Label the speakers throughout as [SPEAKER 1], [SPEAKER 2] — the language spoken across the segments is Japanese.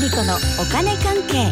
[SPEAKER 1] リコのお金関係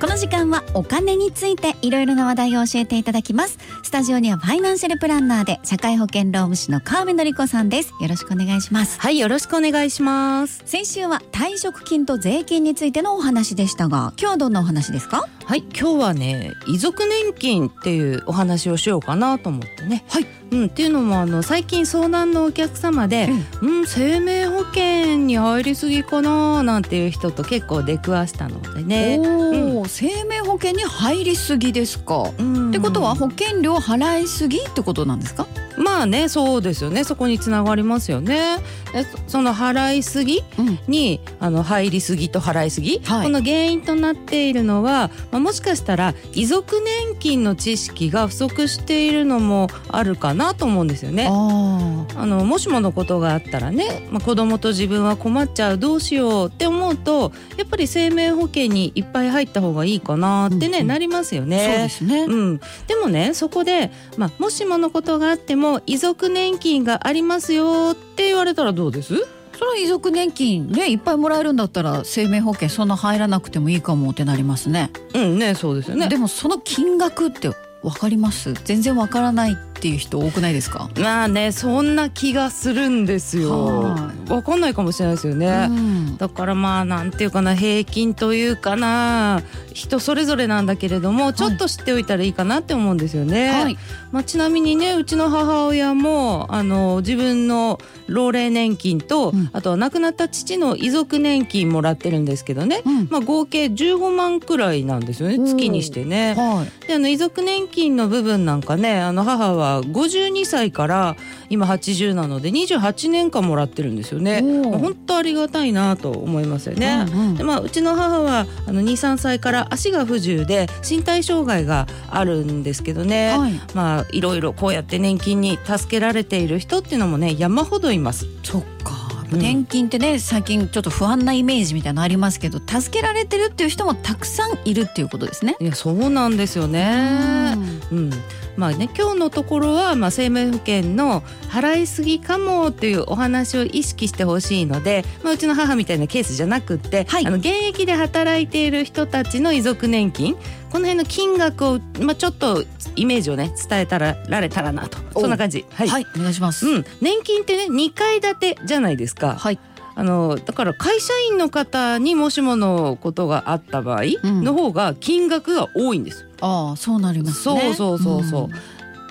[SPEAKER 1] この時間はお金についていろいろな話題を教えていただきますスタジオにはファイナンシャルプランナーで社会保険労務士の川辺典子さんですよろしくお願いします
[SPEAKER 2] はい、よろしくお願いします。
[SPEAKER 1] 先週は退職金と税金についてのお話でしたが今日はどんなお話ですか
[SPEAKER 2] はい、今日はね、遺族年金っていうお話をしようかなと思ってね。
[SPEAKER 1] はい、
[SPEAKER 2] うん、っていうのも、あの、最近相談のお客様で、うん、生命保険に入りすぎかななんていう人と結構出くわしたのでね。
[SPEAKER 1] おお、生命保険に入りすぎですか
[SPEAKER 2] うん
[SPEAKER 1] ってことは保険料払いすぎってことなんですか
[SPEAKER 2] まあねそうですよねそこにつながりますよねでそその払いすぎ
[SPEAKER 1] うん
[SPEAKER 2] にあの入りすぎと払いすぎ、
[SPEAKER 1] はい
[SPEAKER 2] この原因となっているのは、まあ、もしかしたら遺族年金の知識が不足しているのもあるかなと思うんですよね。
[SPEAKER 1] あ
[SPEAKER 2] あのもしものことがあったらね、まあ、子供と自分は困っちゃうどうしようって思うとやっぱり生命保険にいっぱい入った方がいいかなってね、
[SPEAKER 1] うんうん
[SPEAKER 2] なりますよ
[SPEAKER 1] あ、
[SPEAKER 2] ね。
[SPEAKER 1] そうですね、
[SPEAKER 2] うん、でもねそこで、まあ、もしものことがあっても遺族年金がありますよって言われたらどうです
[SPEAKER 1] その遺族年金ねいっぱいもらえるんだったら生命保険そんな入らなくてもいいかもってなりますね
[SPEAKER 2] うんねそうですよね
[SPEAKER 1] で。もその金額ってわかります全然わからないっていう人多くないですか、
[SPEAKER 2] まあねそんな気がするんですよ
[SPEAKER 1] は。
[SPEAKER 2] わかんないかもしれないですよね。
[SPEAKER 1] うん
[SPEAKER 2] だからまあなんていうかな平均というかな人それぞれなんだけれどもちょっと知っておいたらいいかなって思うんですよね。
[SPEAKER 1] はい、
[SPEAKER 2] まあ、ちなみにねうちの母親もあの自分の老齢年金と、
[SPEAKER 1] うん
[SPEAKER 2] あとは亡くなった父の遺族年金もらってるんですけどね、
[SPEAKER 1] うん
[SPEAKER 2] まあ、合計15万くらいなんですよね
[SPEAKER 1] おー
[SPEAKER 2] 月にしてね。
[SPEAKER 1] はい
[SPEAKER 2] であの遺族年金の部分なんかねあの母は52歳から今80なので28年間もらってるんですよね。
[SPEAKER 1] おー
[SPEAKER 2] まあ本当ありがたいなと思いますよね。
[SPEAKER 1] うんうん
[SPEAKER 2] でまあ、うちの母はあの23歳から足が不自由で身体障害があるんですけどね、
[SPEAKER 1] はい、
[SPEAKER 2] まあいろいろこうやって年金に助けられている人っていうのもね山ほどいます。
[SPEAKER 1] そっか
[SPEAKER 2] うん
[SPEAKER 1] 年金ってね最近ちょっと不安なイメージみたいなのありますけど助けられてるっていう人もたくさんいるっていうことですね。
[SPEAKER 2] いやそうなんですよね。うん、まあね今日のところはまあ生命保険の払いすぎかもっていうお話を意識してほしいので、まあうちの母みたいなケースじゃなくって、
[SPEAKER 1] はい
[SPEAKER 2] あの現役で働いている人たちの遺族年金。この辺の金額をまあちょっとイメージをね伝えたらられたらなと
[SPEAKER 1] お
[SPEAKER 2] そんな感じ。は。
[SPEAKER 1] はいい、お願いします。
[SPEAKER 2] うん、年金ってね2階建てじゃないですか。
[SPEAKER 1] はい、
[SPEAKER 2] あのだから会社員の方にもしものことがあった場合
[SPEAKER 1] うん
[SPEAKER 2] の方が金額が多いんです。
[SPEAKER 1] ああそうなりますね。
[SPEAKER 2] そうそうそうそ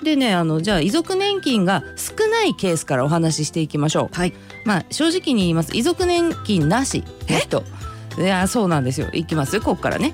[SPEAKER 2] うんでねあのじゃあ遺族年金が少ないケースからお話ししていきましょう。
[SPEAKER 1] はい、
[SPEAKER 2] まあ正直に言います遺族年金なしの人いやそうなんですよいきますよここからね。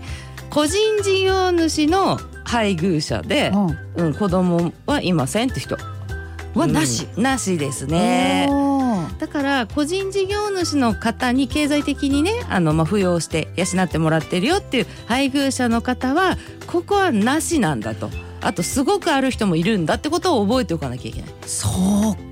[SPEAKER 2] 個人事業主の配偶者で、
[SPEAKER 1] う
[SPEAKER 2] うん、子供はいませんって人
[SPEAKER 1] ん、はなし。、
[SPEAKER 2] うんなしですね。
[SPEAKER 1] おー
[SPEAKER 2] だから個人事業主の方に経済的にねあの、まあ、扶養して養ってもらってるよっていう配偶者の方はここはなしなんだとあとすごくある人もいるんだってことを覚えておかなきゃいけない、
[SPEAKER 1] そう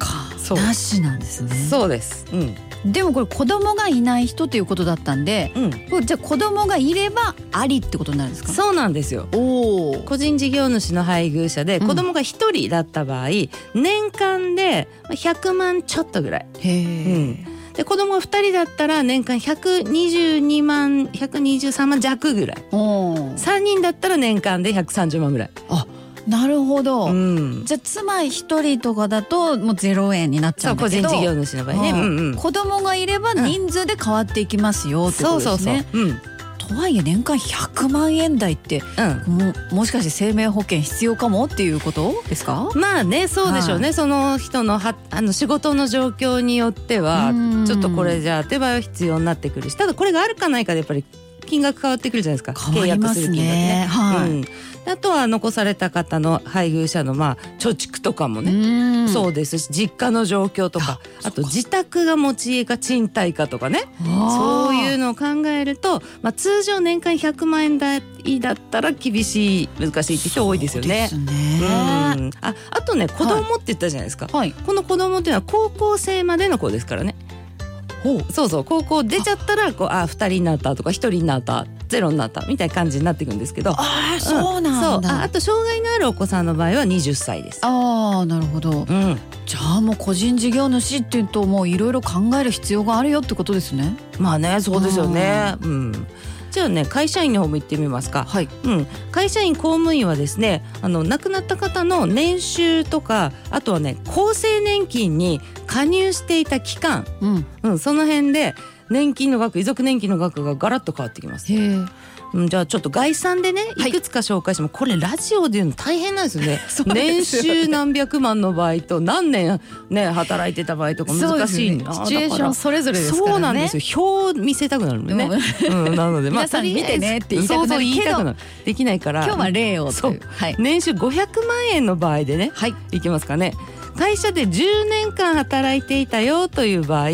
[SPEAKER 1] か
[SPEAKER 2] そう
[SPEAKER 1] なしなんですね
[SPEAKER 2] そうですうん
[SPEAKER 1] でもこれ子供がいない人ということだったんで
[SPEAKER 2] うん
[SPEAKER 1] これじゃあ子供がいればありってことになるんですか
[SPEAKER 2] そうなんですよ
[SPEAKER 1] おお
[SPEAKER 2] 個人事業主の配偶者で
[SPEAKER 1] うん
[SPEAKER 2] 子供が一人だった場合、年間でまあ100万ちょっとぐらい
[SPEAKER 1] へえ、
[SPEAKER 2] で子供が二人だったら年間122万123万弱ぐらい
[SPEAKER 1] おお
[SPEAKER 2] 3人だったら年間で130万ぐらい、
[SPEAKER 1] なるほど、
[SPEAKER 2] うん、
[SPEAKER 1] じゃあ妻一人とかだともうゼロ円になっちゃ
[SPEAKER 2] そううん
[SPEAKER 1] だ
[SPEAKER 2] 個
[SPEAKER 1] け
[SPEAKER 2] 人
[SPEAKER 1] ど
[SPEAKER 2] 事業主の場合ね、
[SPEAKER 1] う
[SPEAKER 2] うんんうん、
[SPEAKER 1] 子供がいれば人数で変わっていきますよってこ
[SPEAKER 2] そ
[SPEAKER 1] と
[SPEAKER 2] う
[SPEAKER 1] ですね、
[SPEAKER 2] そうそう、うんうん、
[SPEAKER 1] とはいえ年間100万円台ってももしかして生命保険必要かもっていうことですか
[SPEAKER 2] まあねそうでしょうね、その人のはあの仕事の状況によっては
[SPEAKER 1] うん
[SPEAKER 2] ちょっとこれじゃ手払いは必要になってくるしただこれがあるかないかでやっぱり金額変わってくるじゃないですか
[SPEAKER 1] 変わりますね
[SPEAKER 2] 契約する金額ね
[SPEAKER 1] はい、
[SPEAKER 2] うん、あとは残された方の配偶者のまあ貯蓄とかもね、
[SPEAKER 1] うん
[SPEAKER 2] そうですし実家の状況とかあと自宅が持ち家か賃貸かとかねそういう
[SPEAKER 1] う
[SPEAKER 2] のを考えると、まあ、通常年間100万円台だったら厳しい難しいって人多いですよね。
[SPEAKER 1] そうで
[SPEAKER 2] う
[SPEAKER 1] すね
[SPEAKER 2] んああとね子供って言ったじゃないですか、
[SPEAKER 1] はい。
[SPEAKER 2] この子供っていうのは高校生までの子ですからねそうそう高校出ちゃったらこうあ2人になったとか1人になったっゼロになったみたいな感じになっていくんですけど
[SPEAKER 1] ああそうなん
[SPEAKER 2] そうああ
[SPEAKER 1] だ。
[SPEAKER 2] と障害のあるお子さんの場合は20歳です。
[SPEAKER 1] ああなるほど。
[SPEAKER 2] うん、
[SPEAKER 1] じゃあもう個人事業主っていうともういろいろ考える必要があるよってことですね。
[SPEAKER 2] まあねそうですよね。うん、じゃあね会社員の方も行ってみますか。
[SPEAKER 1] はい。
[SPEAKER 2] うん、会社員公務員はですねあの亡くなった方の年収とかあとはね厚生年金に加入していた期間、
[SPEAKER 1] うん。
[SPEAKER 2] うん、その辺で年金の額遺族年金の額がガラッと変わってきます
[SPEAKER 1] へ。え。
[SPEAKER 2] うん、じゃあちょっと概算でね
[SPEAKER 1] はい
[SPEAKER 2] いくつか紹介しても、これラジオで言うの大変なんですよね
[SPEAKER 1] そうですよね
[SPEAKER 2] 年収何百万の場合と何年ね働いてた場合とか難しいな、
[SPEAKER 1] シチュエーションそれぞれですからね。
[SPEAKER 2] そうなんですよ表を見せたくなるのね、うん、なので、
[SPEAKER 1] 皆さん
[SPEAKER 2] とりあえず
[SPEAKER 1] 見てねって言いたくなるけど
[SPEAKER 2] そうそう言いたくなるできないから
[SPEAKER 1] 今日は例をと
[SPEAKER 2] そ
[SPEAKER 1] いう
[SPEAKER 2] う
[SPEAKER 1] はい。
[SPEAKER 2] 年収500万円の場合でね
[SPEAKER 1] はい。
[SPEAKER 2] いきますかね会社で10年間働いていたよという場合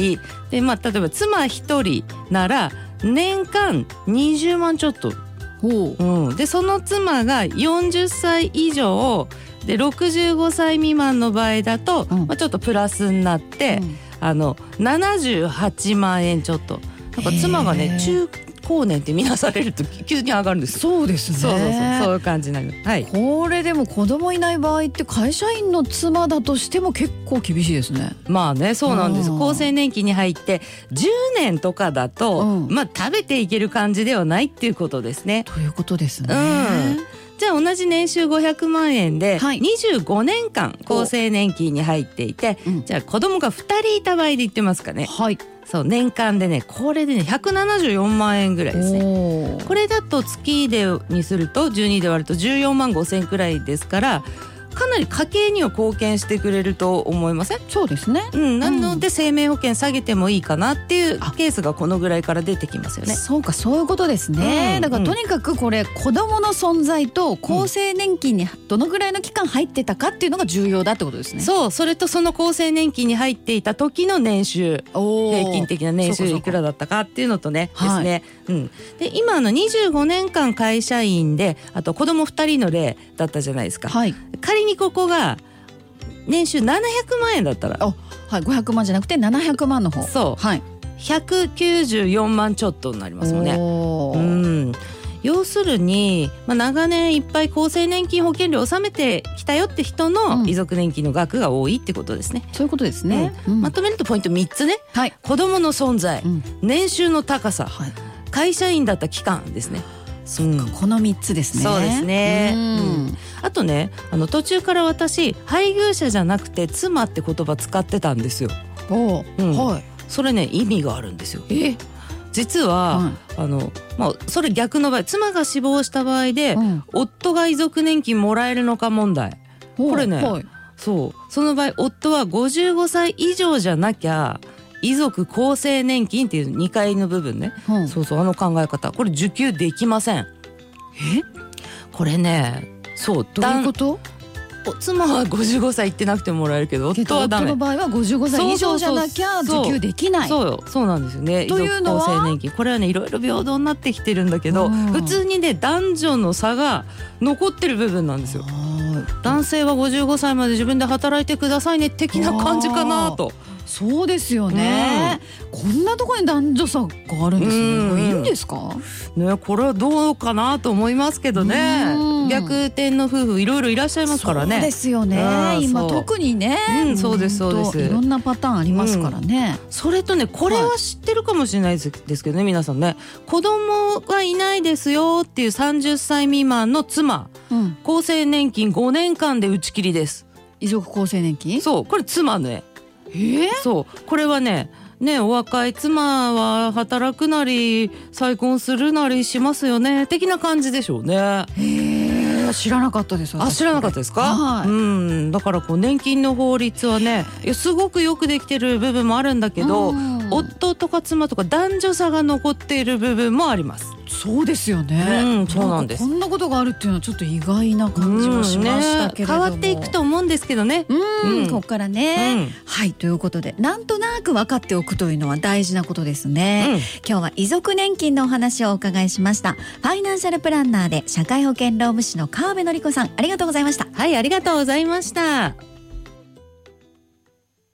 [SPEAKER 2] で、まあ、例えば妻1人なら年間20万ちょっと、
[SPEAKER 1] ほ
[SPEAKER 2] うん、でその妻が40歳以上で65歳未満の場合だと、
[SPEAKER 1] うん
[SPEAKER 2] まあ、ちょっとプラスになって、あの78万円ちょっとなんか妻が
[SPEAKER 1] へー
[SPEAKER 2] ね中高年って見なされると急に上がるんですよ
[SPEAKER 1] そうですね。
[SPEAKER 2] そうそうそうそういう感じになるはい
[SPEAKER 1] これでも子供いない場合って会社員の妻だとしても結構厳しいですね。
[SPEAKER 2] まあねそうなんです
[SPEAKER 1] うん
[SPEAKER 2] 厚生年金に入って10年とかだと、
[SPEAKER 1] うん
[SPEAKER 2] まあ食べていける感じではないっていうことですね
[SPEAKER 1] ということですね。
[SPEAKER 2] うんじゃあ同じ年収500万円で
[SPEAKER 1] はい
[SPEAKER 2] 25年間厚生年金に入っていて、
[SPEAKER 1] うん
[SPEAKER 2] じゃあ子供が2人いた場合で言ってますかね
[SPEAKER 1] はい。
[SPEAKER 2] そう年間でねこれでね174万円ぐらいですね
[SPEAKER 1] おお。
[SPEAKER 2] これだと月でにすると12で割ると14万5千くらいですからかなり家計には貢献してくれると思いません
[SPEAKER 1] そうですね。
[SPEAKER 2] うん、なので生命保険下げてもいいかなっていうケースがこのぐらいから出てきますよね。
[SPEAKER 1] そうかそういうことですね、
[SPEAKER 2] うん
[SPEAKER 1] だから
[SPEAKER 2] うん
[SPEAKER 1] とにかくこれ子供の存在と厚生年金にどのぐらいの期間入ってたかっていうのが重要だってことですね。
[SPEAKER 2] そうそれとその厚生年金に入っていた時の年収
[SPEAKER 1] おー
[SPEAKER 2] 平均的な年
[SPEAKER 1] そうか
[SPEAKER 2] 収
[SPEAKER 1] そうか
[SPEAKER 2] いくらだったかっていうのとねで
[SPEAKER 1] は
[SPEAKER 2] す
[SPEAKER 1] い
[SPEAKER 2] ね、うん、で今あの25年間会社員であと子供2人の例だったじゃないですか、
[SPEAKER 1] はい
[SPEAKER 2] 仮にここが年収700万円だったら
[SPEAKER 1] はい500万じゃなくて700万の方
[SPEAKER 2] そう
[SPEAKER 1] はい
[SPEAKER 2] 194万ちょっとになりますもんね。
[SPEAKER 1] お
[SPEAKER 2] う
[SPEAKER 1] ー
[SPEAKER 2] ん要するに、まあ、長年いっぱい厚生年金保険料納めてきたよって人
[SPEAKER 1] う
[SPEAKER 2] の
[SPEAKER 1] ん
[SPEAKER 2] 遺族年金の額が多いってことですね。
[SPEAKER 1] そういうことですね、うん
[SPEAKER 2] まとめるとポイント3つね
[SPEAKER 1] はい、
[SPEAKER 2] 子どもの存在、
[SPEAKER 1] うん
[SPEAKER 2] 年収の高さ
[SPEAKER 1] はい、
[SPEAKER 2] 会社員だった期間ですね。うん
[SPEAKER 1] この3つですね
[SPEAKER 2] そうですね
[SPEAKER 1] うん
[SPEAKER 2] あとねあの途中から私配偶者じゃなくて妻って言葉使ってたんですよ。
[SPEAKER 1] おー
[SPEAKER 2] うん
[SPEAKER 1] はい
[SPEAKER 2] それね意味があるんですよ。
[SPEAKER 1] え
[SPEAKER 2] 実は、
[SPEAKER 1] はい
[SPEAKER 2] あのまあそれ逆の場合妻が死亡した場合で、
[SPEAKER 1] うん
[SPEAKER 2] 夫が遺族年金もらえるのか問題これね
[SPEAKER 1] はい
[SPEAKER 2] そうその場合夫は55歳以上じゃなきゃ遺族厚生年金っていう2階の部分ね、
[SPEAKER 1] うん
[SPEAKER 2] そうそうあの考え方これ受給できませ
[SPEAKER 1] え
[SPEAKER 2] んこれねそう
[SPEAKER 1] どういうこ
[SPEAKER 2] だ
[SPEAKER 1] と
[SPEAKER 2] んお妻は55歳言ってなくてもらえるけど
[SPEAKER 1] け
[SPEAKER 2] 夫
[SPEAKER 1] ど
[SPEAKER 2] はダ
[SPEAKER 1] 夫
[SPEAKER 2] メ
[SPEAKER 1] の場合は55歳以上じゃなきゃ
[SPEAKER 2] そうそうそう
[SPEAKER 1] 受給できない
[SPEAKER 2] そうよそうなんですよね
[SPEAKER 1] というのは
[SPEAKER 2] 遺族厚生年金これはねいろいろ平等になってきてるんだけど、
[SPEAKER 1] うん
[SPEAKER 2] 普通にね男女の差が残ってる部分なんですよ
[SPEAKER 1] は
[SPEAKER 2] 男性は55歳まで自分で働いてくださいね的な感じかなと
[SPEAKER 1] いそうですよね、こんなところに男女差があるんですね、
[SPEAKER 2] うん
[SPEAKER 1] これいいんですか
[SPEAKER 2] ねこれはどうかなと思いますけど
[SPEAKER 1] うん
[SPEAKER 2] ね逆転の夫婦いろいろいらっしゃいますから
[SPEAKER 1] そうで
[SPEAKER 2] ね
[SPEAKER 1] すよね
[SPEAKER 2] うん
[SPEAKER 1] 今
[SPEAKER 2] そう
[SPEAKER 1] 特にね、
[SPEAKER 2] うんそうです
[SPEAKER 1] も
[SPEAKER 2] そ
[SPEAKER 1] 本
[SPEAKER 2] うです
[SPEAKER 1] 当いろんなパターンありますからね、
[SPEAKER 2] それとねこれは知ってるかもしれないですですけどね皆さんね子供がいないですよっていう30歳未満の妻
[SPEAKER 1] うん、
[SPEAKER 2] 厚生年金5年間で打ち切りです
[SPEAKER 1] 遺族厚生年金
[SPEAKER 2] そうこれ妻ね
[SPEAKER 1] ええ
[SPEAKER 2] そうこれはねねお若い妻は働くなり再婚するなりしますよね的な感じでしょうね。
[SPEAKER 1] ええ知らなかったです
[SPEAKER 2] あ知らなかった
[SPEAKER 1] で
[SPEAKER 2] ですか、
[SPEAKER 1] はい
[SPEAKER 2] うんだからこう年金の法律はねいやすごくよくできてる部分もあるんだけど、夫とか妻とか男女差が残っている部分もあります。
[SPEAKER 1] そうですよね、
[SPEAKER 2] うんそうなんです
[SPEAKER 1] かこんなことがあるっていうのはちょっと意外な感じもしましたけれども、
[SPEAKER 2] うんね変わっていくと思うんですけどね。
[SPEAKER 1] うん、
[SPEAKER 2] うん
[SPEAKER 1] ここからね、
[SPEAKER 2] うん
[SPEAKER 1] はいということでなんとなく分かっておくというのは大事なことですね、
[SPEAKER 2] うん
[SPEAKER 1] 今日は遺族年金のお話をお伺いしましたファイナンシャルプランナーで社会保険労務士の川辺典子さんありがとうございました
[SPEAKER 2] はいありがとうございました。